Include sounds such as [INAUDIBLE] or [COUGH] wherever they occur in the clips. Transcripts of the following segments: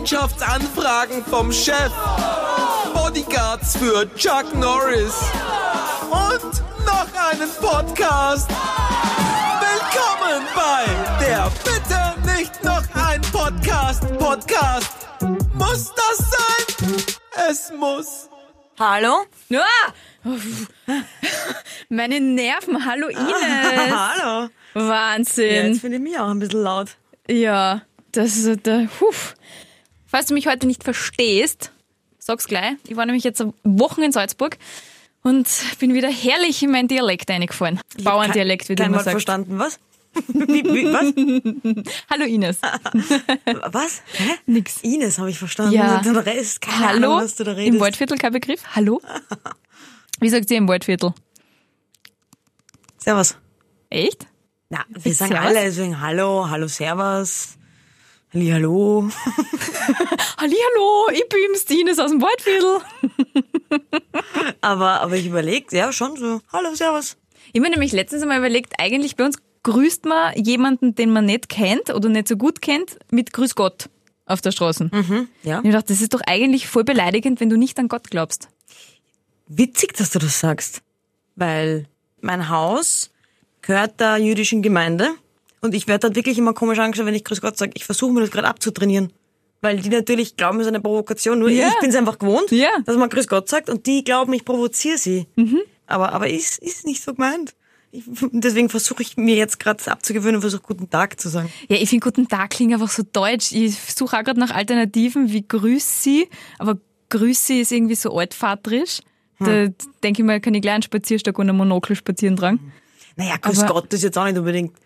Freundschaftsanfragen vom Chef. Bodyguards für Chuck Norris. Und noch einen Podcast. Willkommen bei der Bitte nicht noch ein Podcast. Podcast. Muss das sein? Es muss. Hallo? Ah! [LAUGHS] Meine Nerven, [LAUGHS] hallo Ines. Hallo. Ja, jetzt Wahnsinn. finde ich mich auch ein bisschen laut. Ja, das ist der. Huf. Falls du mich heute nicht verstehst, sag's gleich. Ich war nämlich jetzt Wochen in Salzburg und bin wieder herrlich in meinen Dialekt eingefallen. Bauerndialekt, wie du Kein immer Wort sagst. verstanden, was? [LAUGHS] Wie, wie, was? Hallo [LAUGHS] Ines. Was? Hä? Nix. Ines habe ich verstanden. Ja. Den Rest, keine Hallo? Ahnung, was du da redest. Im Waldviertel kein Begriff? [LAUGHS] Hallo? Wie sagt ihr im Waldviertel? Servus. Echt? Na, wir sagen Servus? alle deswegen Hallo, Hallo, Servus. Hallihallo. Hallihallo, ich bin's, die Ines aus dem Waldviertel. [LAUGHS] Aber, aber ich überlege, ja, schon so. Hallo, Servus. Ich habe mir nämlich letztens einmal überlegt, eigentlich bei uns grüßt man jemanden, den man nicht kennt oder nicht so gut kennt, mit Grüß Gott auf der Straße. Ja. Und ich dachte, das ist doch eigentlich voll beleidigend, wenn du nicht an Gott glaubst. Witzig, dass du das sagst. Weil mein Haus gehört der jüdischen Gemeinde. Und ich werde dort wirklich immer komisch angeschaut, wenn ich Grüß Gott sage. Ich versuche mir das gerade abzutrainieren. Weil die natürlich glauben, es ist eine Provokation. Nur Ja. ich bin es einfach gewohnt, Ja. Mhm. dass man Grüß Gott sagt. Und die glauben, ich provoziere sie. Aber, aber ist, ist nicht so gemeint. Ich, deswegen versuche ich mir jetzt gerade abzugewöhnen und versuche, guten Tag zu sagen. Ja, ich finde Guten Tag klingt einfach so deutsch. Ich suche auch gerade nach Alternativen wie Grüß Sie, aber Grüß Sie ist irgendwie so altvaterisch. Da denke ich mal, kann ich gleich einen Spazierstock und einen Monokel spazieren tragen. Naja, Grüß Aber- Gott ist jetzt auch nicht unbedingt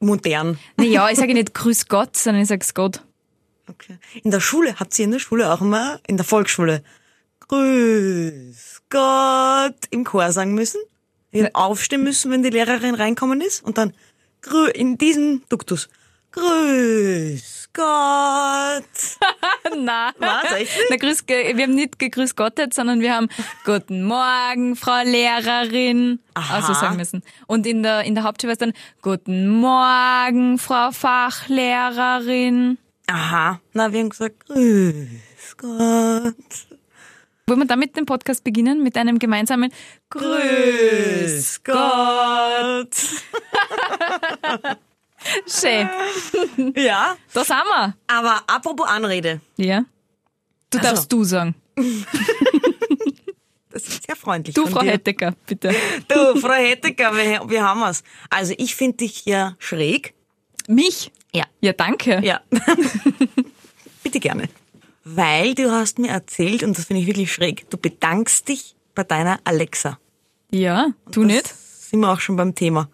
modern. Naja, ich sage nicht Grüß Gott, sondern ich sage Gott. Okay. In der Schule, habt ihr in der Schule auch immer, in der Volksschule, Grüß Gott im Chor sagen müssen? Wir haben aufstehen müssen, wenn die Lehrerin reinkommen ist und dann grü in diesem Duktus. Grüß Gott. [LAUGHS] Na, Was, echt nicht? Na, grüß, Ge- wir haben nicht gegrüßt Gottet, sondern wir haben Guten Morgen, Frau Lehrerin. Aha. Also sagen müssen. Und in der, in der Hauptschule war es dann Guten Morgen, Frau Fachlehrerin. Aha. Na, wir haben gesagt, Grüß Gott. Wollen wir damit den Podcast beginnen? Mit einem gemeinsamen Grüß Grüß. Gott. Schön. Ja. Da sind wir. Aber apropos Anrede. Ja. Du Also. darfst du sagen. Das ist sehr freundlich. Du, von Frau dir. Hettecker, bitte. Du, Frau Hettecker, wir, wir haben was. Also ich finde dich ja schräg. Mich? Ja. Ja, danke. Ja. [LAUGHS] Bitte gerne. Weil du hast mir erzählt, und das finde ich wirklich schräg, du bedankst dich bei deiner Alexa. ja du das nicht? Sind wir auch schon beim Thema.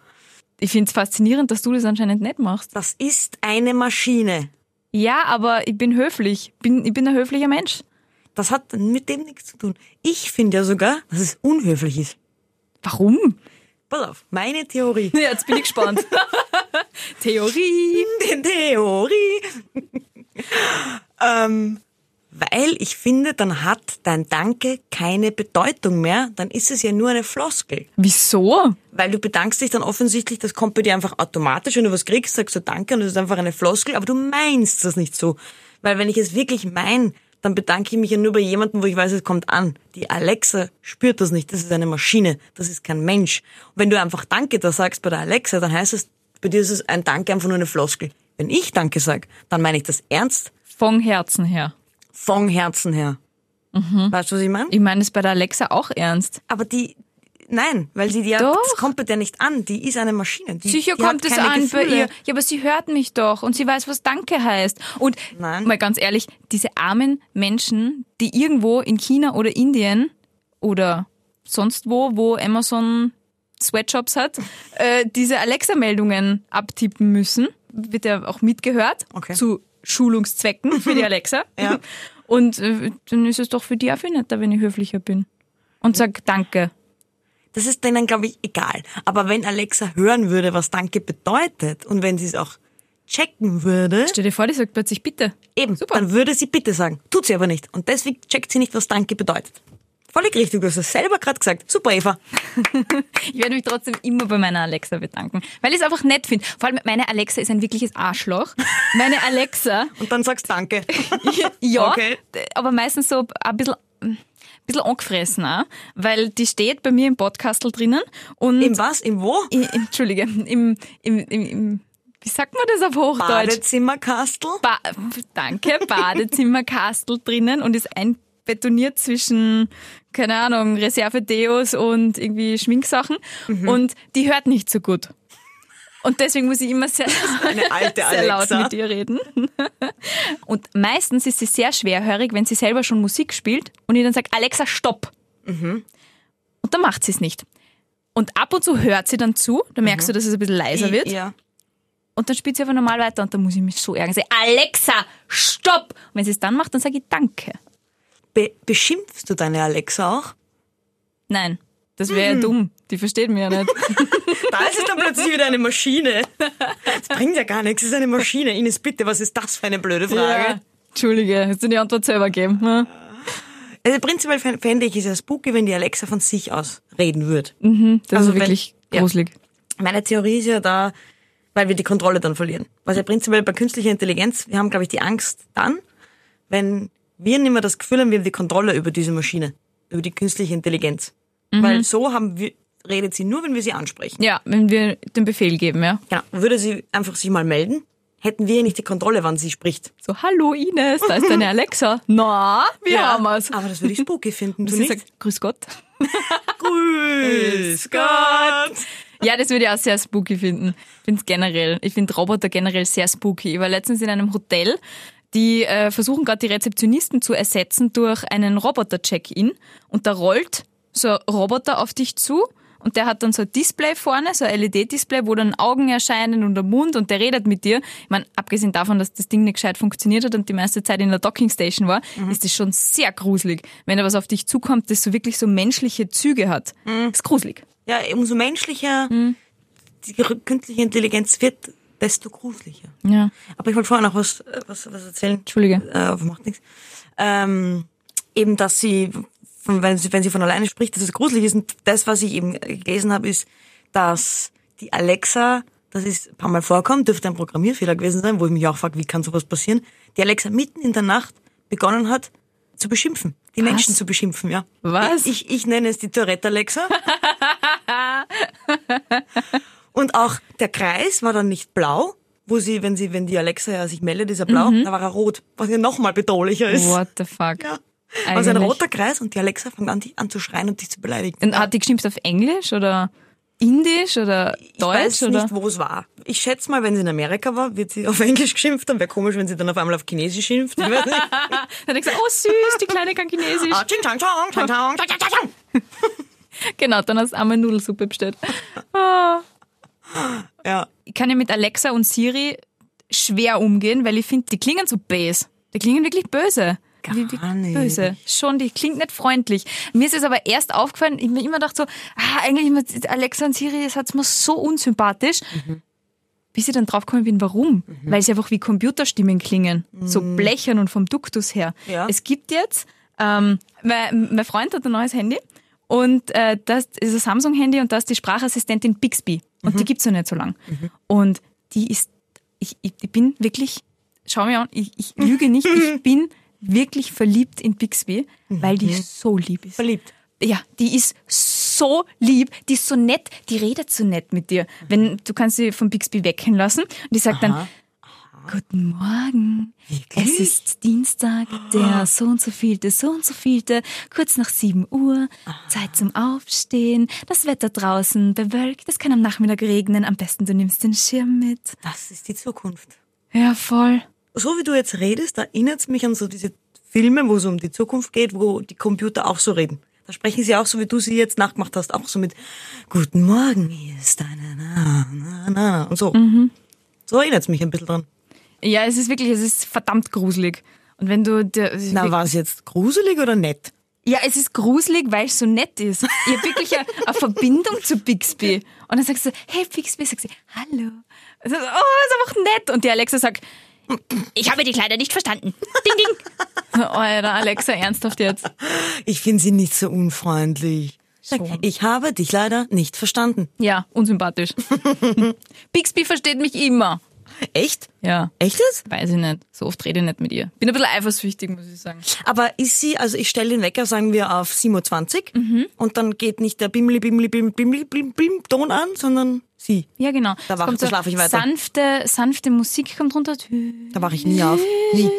Ich finde es faszinierend, dass du das anscheinend nicht machst. Das ist eine Maschine. Ja, aber ich bin höflich. Bin, ich bin ein höflicher Mensch. Das hat mit dem nichts zu tun. Ich finde ja sogar, dass es unhöflich ist. Warum? Pass auf, meine Theorie. Ja, [LAUGHS] jetzt bin ich gespannt. [LAUGHS] Theorie. Die Theorie. ähm, weil ich finde, dann hat dein Danke keine Bedeutung mehr. Dann ist es ja nur eine Floskel. Wieso? Weil du bedankst dich dann offensichtlich, das kommt bei dir einfach automatisch, wenn du was kriegst, sagst du Danke und das ist einfach eine Floskel, aber du meinst das nicht so. Weil wenn ich es wirklich mein, dann bedanke ich mich ja nur bei jemandem, wo ich weiß, es kommt an. Die Alexa spürt das nicht, das ist eine Maschine, das ist kein Mensch. Und wenn du einfach Danke da sagst bei der Alexa, dann heißt es, bei dir ist es ein Danke einfach nur eine Floskel. Wenn ich Danke sag, dann meine ich das ernst, Von Herzen her. von Herzen her. Weißt du, was ich meine? Ich meine es bei der Alexa auch ernst. Aber die, nein, weil sie die ja, Doch. das kommt bei der nicht an. Die ist eine Maschine. Die, Sicher die kommt hat es keine an bei Gefühle. ihr. Ja, aber sie hört mich doch und sie weiß, was Danke heißt. Und Nein. mal ganz ehrlich, diese armen Menschen, die irgendwo in China oder Indien oder sonst wo, wo Amazon Sweatshops hat, [LAUGHS] äh, diese Alexa-Meldungen abtippen müssen, wird ja auch mitgehört Okay. zu [LAUGHS] Schulungszwecken für die Alexa. Ja. Und äh, dann ist es doch für die auch viel netter, wenn ich höflicher bin und sag Danke. Das ist denen, glaube ich, egal. Aber wenn Alexa hören würde, was Danke bedeutet und wenn sie es auch checken würde, Stell dir vor, die sagt plötzlich Bitte. eben, Super. dann würde sie bitte sagen. Tut sie aber nicht. Und deswegen checkt sie nicht, was Danke bedeutet. Völlig richtig, du hast es selber gerade gesagt. Super, Eva. Ich werde mich trotzdem immer bei meiner Alexa bedanken, weil ich es einfach nett finde. Vor allem meine Alexa ist ein wirkliches Arschloch. [LAUGHS] Meine Alexa, [LAUGHS] Und dann sagst danke. ja, Okay. d- aber meistens so ein bisschen, ein bisschen angefressen auch, weil die steht bei mir im Podcastl drinnen und Im was? Im wo? I- Entschuldige, im, im, im, im wie sagt man das auf Hochdeutsch? [LAUGHS] Badezimmerkastel. ba danke, Badezimmerkastel [LAUGHS] drinnen und ist einbetoniert zwischen, keine Ahnung, Reserve-Deos und irgendwie Schminksachen. Mhm. Und die hört nicht so gut. Und deswegen muss ich immer [LAUGHS] sehr, Eine alte sehr laut Alexa. mit ihr reden. [LAUGHS] Und meistens ist sie sehr schwerhörig, wenn sie selber schon Musik spielt und ich dann sage, Alexa, stopp. Mhm. Und dann macht sie es nicht. Und ab und zu hört sie dann zu, dann merkst du, dass es ein bisschen leiser wird. Mhm. Ja. Und dann spielt sie einfach normal weiter und dann muss ich mich so ärgern. Ich sage, Alexa, stopp! Und wenn sie es dann macht, dann sage ich Danke. Be beschimpfst du deine Alexa auch? Nein, das wäre ja dumm. Die versteht mich ja nicht. Da ist es dann plötzlich wieder eine Maschine. Das bringt ja gar nichts, es ist eine Maschine. Ines, bitte, was ist das für eine blöde Frage? [LAUGHS] Ja. Entschuldige, hast du die Antwort selber gegeben? Ne? Also prinzipiell fänd- fände ich es ja spooky, wenn die Alexa von sich aus reden würde. Das Also ist wirklich wenn- ja. gruselig. Meine Theorie ist ja da, weil wir die Kontrolle dann verlieren. Was ja prinzipiell bei künstlicher Intelligenz, wir haben, glaube ich, die Angst dann, wenn wir nicht mehr das Gefühl haben, wir haben die Kontrolle über diese Maschine, über die künstliche Intelligenz. Weil so haben wir, redet sie nur, wenn wir sie ansprechen. Ja. wenn wir den Befehl geben, ja. Genau. Würde sie einfach sich mal melden, hätten wir ja nicht die Kontrolle, wann sie spricht. So, hallo Ines, da ist [LAUGHS] deine Alexa. Na, wir haben es. Aber das würde ich spooky finden, du Sie nicht? sagt, grüß Gott. Grüß Gott! Ja, das würde ich auch sehr spooky finden. Ich finde generell, ich finde Roboter generell sehr spooky. Ich war letztens in einem Hotel, die äh, versuchen gerade die Rezeptionisten zu ersetzen durch einen Roboter-Check-In und da rollt so ein Roboter auf dich zu und der hat dann so ein Display vorne, so ein LED-Display, wo dann Augen erscheinen und der Mund und der redet mit dir. Ich meine, abgesehen davon, dass das Ding nicht gescheit funktioniert hat und die meiste Zeit in der Dockingstation war, ist das schon sehr gruselig, wenn da was auf dich zukommt, das so wirklich so menschliche Züge hat. Ist gruselig. Ja, umso menschlicher die künstliche Intelligenz wird, desto gruseliger. Ja, Aber ich wollte vorher noch was, äh, was, was erzählen. Entschuldige. Äh, aber macht nichts. Ähm, eben, dass sie, von, wenn sie, wenn sie von alleine spricht, dass es gruselig ist. Und das, was ich eben gelesen habe, ist, dass die Alexa, das ist ein paar Mal vorkommt, dürfte ein Programmierfehler gewesen sein, wo ich mich auch frage, wie kann sowas passieren, die Alexa mitten in der Nacht begonnen hat, zu beschimpfen. Die Menschen zu beschimpfen, ja. Was? Ich, ich, ich nenne es die [LAUGHS] Tourette-Alexa. Und auch der Kreis war dann nicht blau, wo sie, wenn sie, wenn die Alexa ja sich meldet, ist er blau, Mhm. da war er rot, was ja nochmal bedrohlich ist. What the fuck? Ja. Also ein Eigentlich. roter Kreis und die Alexa fängt an, dich anzuschreien und dich zu beleidigen. Und hat die geschimpft auf Englisch oder Indisch oder ich Deutsch weiß oder? nicht, wo es war. Ich schätze mal, wenn sie in Amerika war, wird sie auf [LAUGHS] Englisch geschimpft, dann wäre komisch, wenn sie dann auf einmal auf Chinesisch schimpft. Ich weiß nicht. [LAUGHS] Dann hat er gesagt, oh süß, die Kleine kann [LAUGHS] Chinesisch. Ah, ching, chang, chong, chang, chong, chang, chang, chang. Genau, dann hast du einmal Nudelsuppe bestellt. Ja, Ich kann ja mit Alexa und Siri schwer umgehen, weil ich finde, die klingen so böse. Die klingen wirklich böse. Gar nicht. Böse. Schon, die klingt nicht freundlich. Mir ist es aber erst aufgefallen, ich mir immer gedacht so, ah, eigentlich mit Alexa und Siri, das hat's mir so unsympathisch. Mhm. Bis ich dann draufgekommen bin, warum? Weil sie einfach wie Computerstimmen klingen. So blechern und vom Duktus her. Mhm. Ja. Es gibt jetzt, ähm, mein, mein Freund hat ein neues Handy und äh, das ist ein Samsung-Handy und da ist die Sprachassistentin Bixby. Und die gibt's noch nicht so lang. Und die ist, ich, ich, ich bin wirklich, schau mir an, ich, ich lüge nicht, ich bin wirklich verliebt in Bixby, weil die so lieb ist. verliebt. Ja, die ist so lieb, die ist so nett, die redet so nett mit dir. Wenn du kannst sie von Bixby weghängen lassen und die sagt dann Guten Morgen. Es ist Dienstag, der so und so vielte, so und so vielte, kurz nach 7 Uhr, Zeit zum Aufstehen, das Wetter draußen bewölkt, es kann am Nachmittag regnen, am besten du nimmst den Schirm mit. Das ist die Zukunft. Ja, voll. so wie du jetzt redest, erinnert es mich an so diese Filme, wo es um die Zukunft geht, wo die Computer auch so reden. Da sprechen sie auch so, wie du sie jetzt nachgemacht hast, auch so mit Guten Morgen, hier ist deine Na, na, na und so. So erinnert es mich ein bisschen dran. Ja, es ist wirklich, es ist verdammt gruselig. Und wenn du dir, Na, war es jetzt gruselig oder nett? Ja, es ist gruselig, weil es so nett ist. Ich habe wirklich eine, eine Verbindung zu Bixby. Und dann sagst du, hey Bixby, sagst du, hallo. Und dann, oh, ist einfach nett. Und die Alexa sagt, Ich habe dich leider nicht verstanden. Ding, ding. [LAUGHS] Alter, Alexa, ernsthaft jetzt. Ich finde sie nicht so unfreundlich. Schon. Ich habe dich leider nicht verstanden. Ja, unsympathisch. [LAUGHS] Bixby versteht mich immer. Echt? Ja, Echt jetzt? weiß ich nicht. So oft rede ich nicht mit ihr. Bin ein bisschen eifersüchtig, muss ich sagen. Aber ist sie, also ich stelle den Wecker, sagen wir, auf 7.20 Uhr und dann geht nicht der Bimli, Bimli, Bim, Bimli, Bim, Bim Ton an, sondern sie. Ja, genau. Da Es wach- kommt da schlaf ich weiter. Sanfte, sanfte Musik kommt runter. Da wache ich nie auf. Nie. [LAUGHS]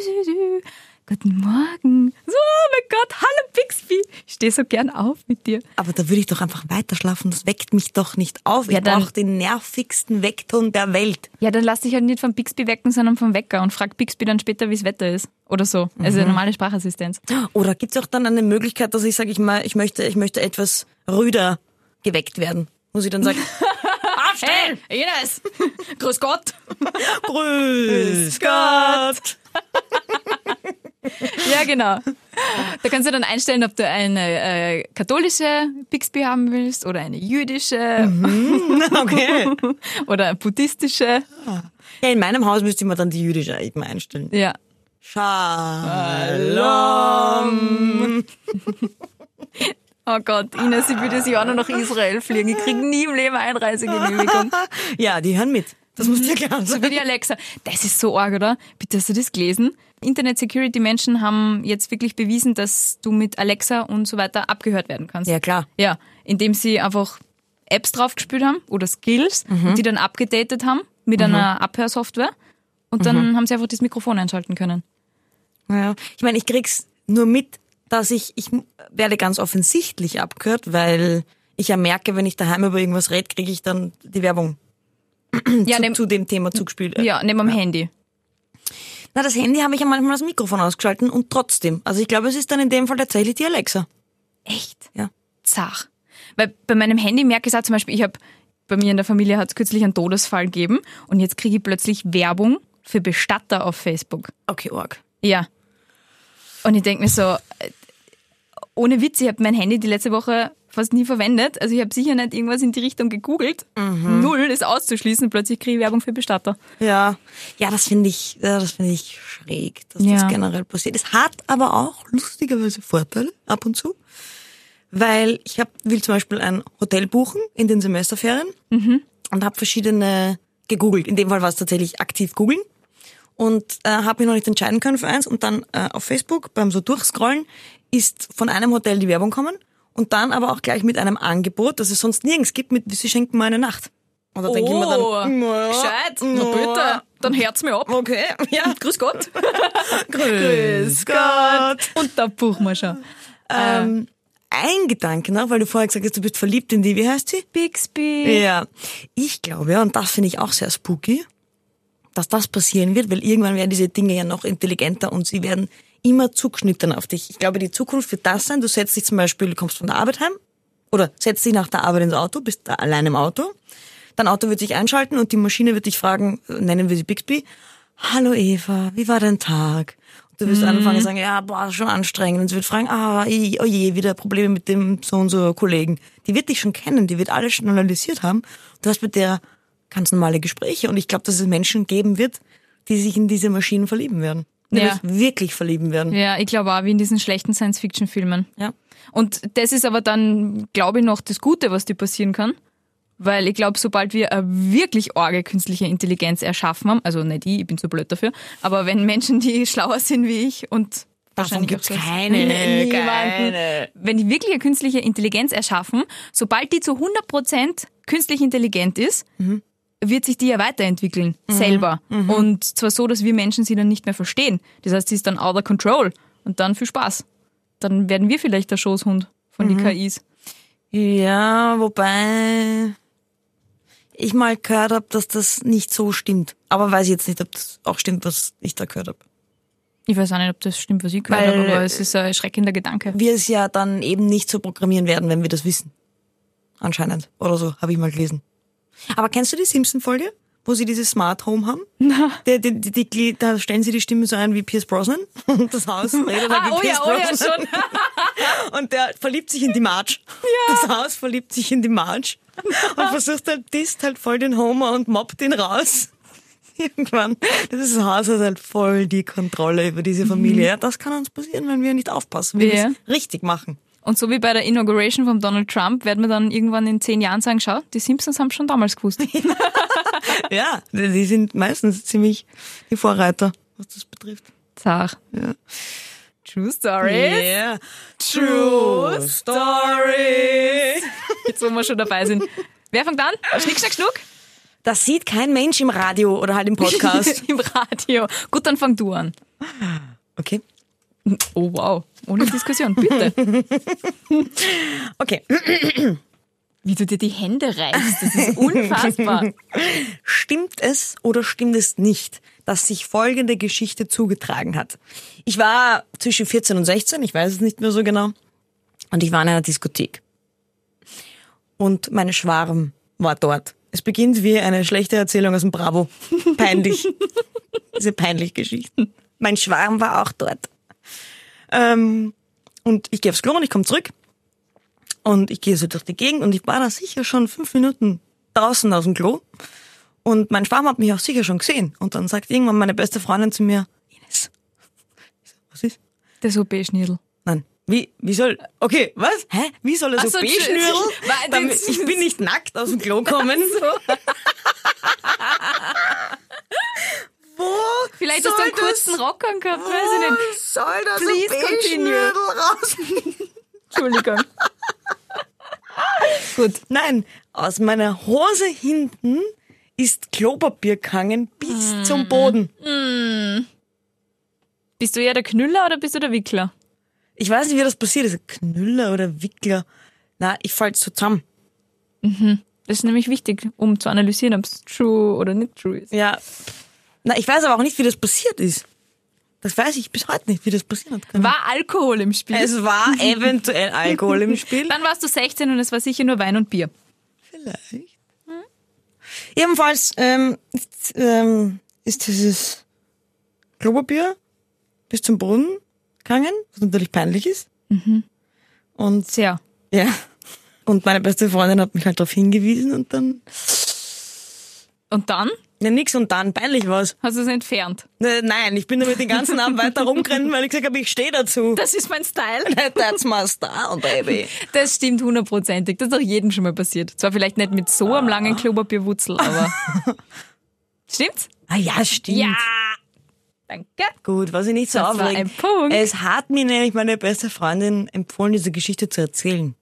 Guten Morgen. So, oh mein Gott, hallo Bixby. Ich stehe so gern auf mit dir. Aber da würde ich doch einfach weiter schlafen, das weckt mich doch nicht auf. Ja, ich dann- brauche den nervigsten Weckton der Welt. Ja, dann lass dich halt nicht von Bixby wecken, sondern vom Wecker und frag Bixby dann später, wie das Wetter ist. Oder so. Also normale Sprachassistenz. Oder gibt es auch dann eine Möglichkeit, dass ich sage, ich, mal, ich, möchte, ich möchte etwas rüder geweckt werden? Muss ich dann [LAUGHS] sagen, Hey, Ines! [LAUGHS] Grüß Gott! [LAUGHS] Grüß Gott! Ja, genau. Da kannst du dann einstellen, ob du eine äh, katholische Bixby haben willst oder eine jüdische Mhm. Okay. [LAUGHS] oder eine buddhistische. Ja, in meinem Haus müsste ich mir dann die jüdische eben einstellen. Ja. Shalom. Oh Gott, Ines, ich will das Jahr nur nach Israel fliegen. Ich krieg nie im Leben Einreisegenehmigung. Ja, die hören mit. Das muss dir klar So wie sein. die Alexa. Das ist so arg, oder? Bitte hast du das gelesen? Internet-Security-Menschen haben jetzt wirklich bewiesen, dass du mit Alexa und so weiter abgehört werden kannst. Ja, klar. Ja, indem sie einfach Apps draufgespielt haben oder Skills, Mhm. und die dann abgedatet haben mit einer Abhörsoftware. Und Mhm. dann haben sie einfach das Mikrofon einschalten können. Ja. Ich meine, ich krieg's nur mit, dass ich, ich werde ganz offensichtlich abgehört, weil ich ja merke, wenn ich daheim über irgendwas rede, kriege ich dann die Werbung Ja, Hm, zu, neben, zu dem Thema zugespielt. ja, neben am Handy. Na, das Handy habe ich ja manchmal das Mikrofon ausgeschalten und trotzdem. Also ich glaube, es ist dann in dem Fall tatsächlich die Alexa. Echt? Ja. Zach. Weil bei meinem Handy merke ich es auch zum Beispiel, ich habe bei mir in der Familie hat es kürzlich einen Todesfall gegeben und jetzt kriege ich plötzlich Werbung für Bestatter auf Facebook. Okay, Org. Ja. Und ich denke mir so, äh, ohne Witz, ich habe mein Handy die letzte Woche fast nie verwendet. Also ich habe sicher nicht irgendwas in die Richtung gegoogelt. Mhm. Null ist auszuschließen. Plötzlich kriege ich Werbung für Bestatter. Ja. Ja, das finde ich, ja, das finde ich schräg, dass Ja. das generell passiert. Es hat aber auch lustigerweise Vorteile ab und zu. Weil ich hab, will zum Beispiel ein Hotel buchen in den Semesterferien Mhm. und habe verschiedene gegoogelt. In dem Fall war es tatsächlich aktiv googeln und äh, habe mich noch nicht entscheiden können für eins. Und dann äh, auf Facebook beim so durchscrollen ist von einem Hotel die Werbung kommen und dann aber auch gleich mit einem Angebot, das es sonst nirgends gibt, mit Sie schenken mir eine Nacht. Und da denke ich mir dann, "Mm, naja, Oh, gescheit. Na naja. bitte, dann hört's mir ab. Okay, ja. Grüß [LAUGHS] Gott. Grüß Gott. Und da buchen wir schon. Ähm, ein Gedanke noch, weil du vorher gesagt hast, du bist verliebt in die, wie heißt sie? Bixby. Ja. Ich glaube, und das finde ich auch sehr spooky, dass das passieren wird, weil irgendwann werden diese Dinge ja noch intelligenter und sie werden immer zugeschnitten auf dich. Ich glaube, die Zukunft wird das sein, du setzt dich zum Beispiel, du kommst von der Arbeit heim oder setzt dich nach der Arbeit ins Auto, bist da allein im Auto. Dein Auto wird sich einschalten und die Maschine wird dich fragen, äh, nennen wir sie Bixby, hallo Eva, wie war dein Tag? Und du wirst anfangen zu sagen, ja, boah, schon anstrengend. Und sie wird fragen, ah, i- oh je, wieder Probleme mit dem so und so Kollegen. Die wird dich schon kennen, die wird alles schon analysiert haben. Du hast mit der ganz normale Gespräche und ich glaube, dass es Menschen geben wird, die sich in diese Maschinen verlieben werden. Nämlich Ja. wirklich verlieben werden. Ja, ich glaube auch, wie in diesen schlechten Science-Fiction-Filmen. Ja. Und das ist aber dann, glaube ich, noch das Gute, was dir passieren kann. Weil ich glaube, sobald wir eine wirklich arge künstliche Intelligenz erschaffen haben, also nicht ich, ich bin zu blöd dafür, aber wenn Menschen, die [LAUGHS] schlauer sind wie ich und Davon wahrscheinlich auch gibt's sonst [LAUGHS] keine, niemanden, keine. wenn die wirklich eine künstliche Intelligenz erschaffen, sobald die zu 100% künstlich intelligent ist, Mhm. wird sich die ja weiterentwickeln, selber. Und zwar so, dass wir Menschen sie dann nicht mehr verstehen. Das heißt, sie ist dann out of control und dann viel Spaß. Dann werden wir vielleicht der Schoßhund von Mhm. den KIs. Ja, wobei ich mal gehört habe, dass das nicht so stimmt. Aber weiß ich jetzt nicht, ob das auch stimmt, was ich da gehört habe. Ich weiß auch nicht, ob das stimmt, was ich gehört Weil, habe, aber äh, es ist ein erschreckender Gedanke. Wir es ja dann eben nicht so programmieren werden, wenn wir das wissen. Anscheinend. Oder so, habe ich mal gelesen. Aber kennst du die Simpson-Folge, wo sie dieses Smart Home haben? Die, die, die, die, da stellen sie die Stimme so ein wie Pierce Brosnan. [LAUGHS] Und das Haus Ah, redet oh dann wie Pierce Brosnan. [LAUGHS] Und der verliebt sich in die Marge. Das Haus verliebt sich in die Marge. Und versucht halt, disst halt voll den Homer und mobbt ihn raus. [LAUGHS] irgendwann, das Haus hat halt voll die Kontrolle über diese Familie. Ja, das kann uns passieren, wenn wir nicht aufpassen, wenn Ja. wir es richtig machen. Und so wie bei der Inauguration von Donald Trump werden wir dann irgendwann in zehn Jahren sagen, schau, die Simpsons haben schon damals [LAUGHS] gewusst. Ja, die die sind meistens ziemlich die Vorreiter, was das betrifft. Zach. True Story. Yeah. True Story. Jetzt, wo wir schon dabei sind. Wer fängt an? Schnick, schnack, schnuck? Das sieht kein Mensch im Radio oder halt im Podcast. [LAUGHS] Im Radio. Gut, dann fang du an. [LAUGHS] Okay. Oh, wow. Ohne Diskussion, bitte. Okay. [LAUGHS] Wie du dir die Hände reißt, das ist unfassbar. Stimmt es oder stimmt es nicht, dass sich folgende Geschichte zugetragen hat? Ich war zwischen 14 und 16, ich weiß es nicht mehr so genau, und ich war in einer Diskothek. Und meine Schwarm war dort. Es beginnt wie eine schlechte Erzählung aus dem Bravo. [LAUGHS] Peinlich. Diese peinlich Geschichten. Mein Schwarm war auch dort. Ähm, und ich gehe aufs Klo und ich komme zurück. Und ich gehe so durch die Gegend und ich war da sicher schon fünf Minuten draußen aus dem Klo. Und mein Schwarm hat mich auch sicher schon gesehen. Und dann sagt irgendwann meine beste Freundin zu mir, Ines. Ich so, Was ist? Das OP-Schnidel. Nein. Wie, wie soll, okay, was? Hä? Wie soll das Ach so, so B-Schnürl? tschüss. [LAUGHS] Warte, damit- jetzt- Ich bin nicht nackt aus dem Klo kommen. [LAUGHS] Wo? Vielleicht soll hast du einen das- kurzen Rock angehabt, Wo weiß ich nicht. soll das Please OP-Schnürl raus? Entschuldigung. Gut. Nein, aus meiner Hose hinten ist Klopapier gehangen bis Hm. zum Boden. Bist du eher der Knüller oder bist du der Wickler? Ich weiß nicht, wie das passiert ist. Knüller oder Wickler. Na, ich fall so zusammen. Das ist nämlich wichtig, um zu analysieren, ob es true oder nicht true ist. Ja. Na, ich weiß aber auch nicht, wie das passiert ist. Das weiß ich bis heute nicht, wie das passiert hat. können. War Alkohol im Spiel? Es [LAUGHS] war eventuell Alkohol im Spiel. Dann warst du 16 und es war sicher nur Wein und Bier. Vielleicht. Hm? Ebenfalls ähm, ist, ähm, ist dieses Klopapier bis zum Boden gegangen, was natürlich peinlich ist. Und Sehr. Ja. Und meine beste Freundin hat mich halt darauf hingewiesen und dann. Und dann Ja, nix und dann, peinlich war's. hast du es entfernt. Äh, Nein, ich bin damit den ganzen Abend weiter rumgerannt, weil ich gesagt habe, ich stehe dazu. Das ist mein Style. That's my star, baby. Das stimmt hundertprozentig. Das ist auch jedem schon mal passiert. Zwar vielleicht nicht mit so einem langen Klopapierwutzel, [LAUGHS] aber. Stimmt's? Ah ja, stimmt. Ja. Danke. Gut, was ich nicht so Das war aufregend. ein Punkt. Es hat mir nämlich meine beste Freundin empfohlen, diese Geschichte zu erzählen.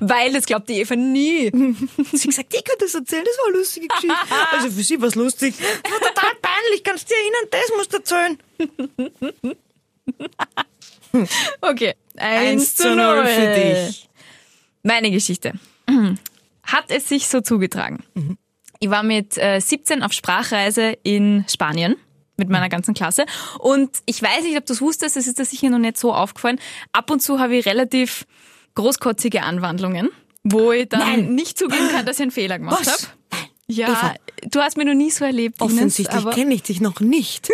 Weil das glaubt die [LAUGHS] Eva nie. Sie hat gesagt, ich könnte das erzählen, das war eine lustige [LAUGHS] Geschichte. Also für sie war es lustig. Das war total peinlich, kannst du dir erinnern, das musst du erzählen. Okay. Eins null für dich. Meine Geschichte. [CLEARS THROAT] Hat es sich so zugetragen? Ich war mit äh, 17 auf Sprachreise in Spanien mit meiner ganzen Klasse und ich weiß nicht, ob du es wusstest, es ist dir sicher noch nicht so aufgefallen. Ab und zu habe ich relativ großkotzige Anwandlungen, wo ich dann Nein. nicht zugeben kann, dass ich einen Fehler gemacht habe. Was? Ja, Eva. du hast mich noch nie so erlebt. Ines, Offensichtlich aber kenne ich dich noch [LAUGHS] nicht.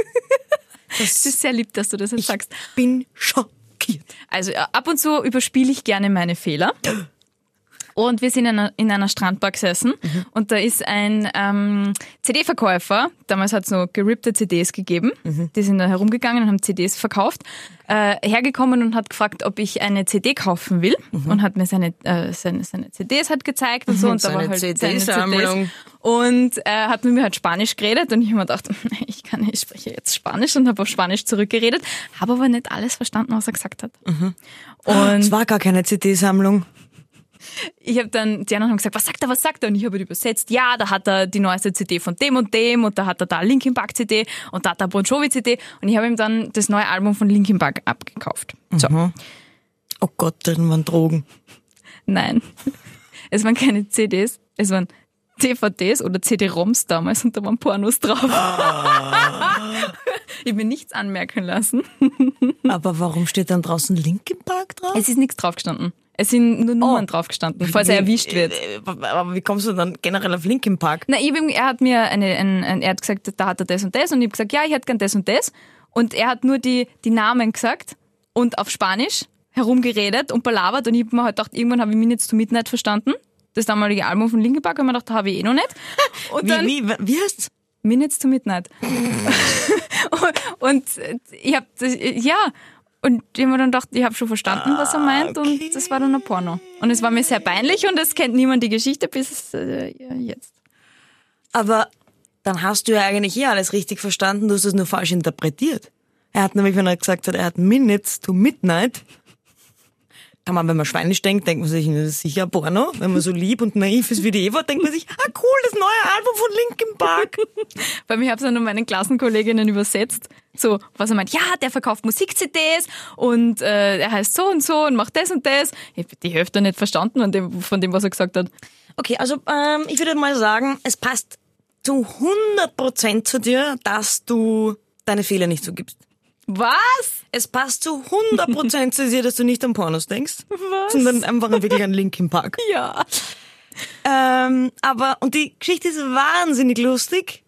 es ist sehr lieb, dass du das jetzt sagst. bin schockiert. Also äh, ab und zu überspiele ich gerne meine Fehler. Und wir sind in einer, in einer Strandbar gesessen und da ist ein ähm, CD-Verkäufer, damals hat es noch gerippte CDs gegeben, die sind da herumgegangen und haben CDs verkauft, äh, hergekommen und hat gefragt, ob ich eine CD kaufen will und hat mir seine, äh, seine, seine CDs halt gezeigt und so und da war Seine halt seine CDs. CD-Sammlung. Und äh, hat mit mir halt Spanisch geredet und ich habe mir gedacht, [LAUGHS] ich kann, ich spreche jetzt Spanisch und habe auf Spanisch zurückgeredet, habe aber nicht alles verstanden, was er gesagt hat. Und Es war gar keine CD-Sammlung. ich habe dann, die anderen haben gesagt, was sagt er, was sagt er? Und ich habe halt übersetzt, ja, da hat er die neueste CD von dem und dem und da hat er da Linkin Park CD und da hat er Bon Jovi CD und ich habe ihm dann das neue Album von Linkin Park abgekauft. So, Oh Gott, drin waren Drogen. nein. [LAUGHS] Es waren keine CDs, es waren DVDs oder CD-ROMs damals und da waren Pornos drauf. Ah. [LAUGHS] ich habe mir nichts anmerken lassen. Aber warum steht dann draußen Linkin Park drauf? Es ist nichts draufgestanden. Es sind nur Nummern Oh. draufgestanden, falls er erwischt wird. Äh, äh, Aber wie kommst du dann generell auf Linkin Park? Na, ich hab ihm, er hat mir eine, ein, ein, er hat gesagt, da hat er das und das und ich hab gesagt, ja, ich hätte gern das und das und er hat nur die, die Namen gesagt und auf Spanisch herumgeredet und belabert und ich hab mir halt gedacht, irgendwann habe ich Minutes to Midnight verstanden. Das damalige Album von Linkin Park, und mir gedacht, da habe ich eh noch nicht. Und Wie, dann wie, wie heißt's? Minutes to Midnight. und ich habe, ja, und ich habe mir dann gedacht, ich habe schon verstanden, was er meint und das war dann ein Porno. Und es war mir sehr peinlich und es kennt niemand die Geschichte bis äh, jetzt. Aber dann hast du ja eigentlich eh alles richtig verstanden, du hast es nur falsch interpretiert. Er hat nämlich, wenn er gesagt hat, er hat Minutes to Midnight, kann man, wenn man schweinisch denkt, denkt man sich, das ist sicher ein Porno. Wenn man so lieb und naiv ist wie die Eva, denkt man sich, ah cool, das neue Album von Linkin [LAUGHS] Park. Weil ich habe es dann nur meinen Klassenkolleginnen übersetzt. So, was er meint, ja, der verkauft Musik-CDs und äh, er heißt so und so und macht das und das. Ich hab die Hälfte nicht verstanden von dem, von dem was er gesagt hat. Okay, also ähm, ich würde mal sagen, es passt zu 100% zu dir, dass du deine Fehler nicht zugibst. Was? Es passt zu 100% zu dir, dass du nicht an Pornos denkst, Was? sondern einfach wirklich an Linkin [LAUGHS] Park. Ja. Ähm, aber, und die Geschichte ist wahnsinnig lustig,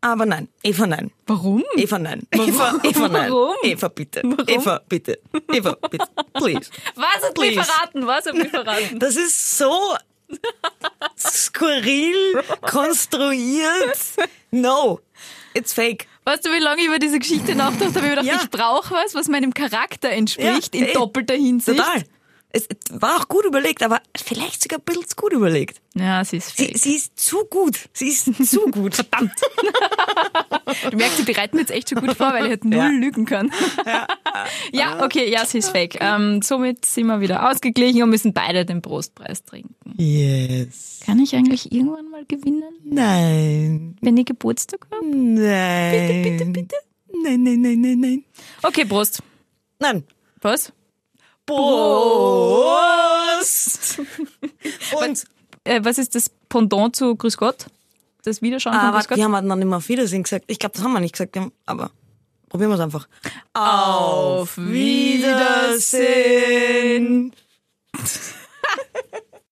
aber nein. Eva, nein. Warum? Eva, nein. Eva, Eva, nein. Warum? Eva, bitte. Eva, bitte. Eva, bitte. Please. Was hat mich Please. verraten? Was hat [LAUGHS] mich verraten? Das ist so skurril konstruiert. No. It's fake. Weißt du, wie lange ich über diese Geschichte nachgedacht habe? Ich habe gedacht, Ja. ich brauche was, was meinem Charakter entspricht, Ja, in eh. doppelter Hinsicht. Total. Es war auch gut überlegt, aber vielleicht sogar ein bisschen zu gut überlegt. Ja, sie ist Sie, fake. sie ist zu gut. Sie ist zu gut. Verdammt. Du merkst, ich bereite mir jetzt echt schon gut vor, weil ich halt null Ja. lügen kann. Ja, okay, ja, sie ist fake. Ähm, somit sind wir wieder ausgeglichen und müssen beide den Brustpreis trinken. Yes. Kann ich eigentlich irgendwann mal gewinnen, Nein. wenn ich Geburtstag habe? Nein. Bitte, bitte, bitte. Nein, nein, nein, nein, nein. Okay, Brust. Nein. Was? Brust. Und, Äh, was ist das Pendant zu Grüß Gott? Das Wiederschauen von aber Grüß Gott? die haben halt noch nicht mal auf Wiedersehen gesagt. Ich glaube, das haben wir nicht gesagt, die haben- aber probieren wir es einfach. Auf Wiedersehen.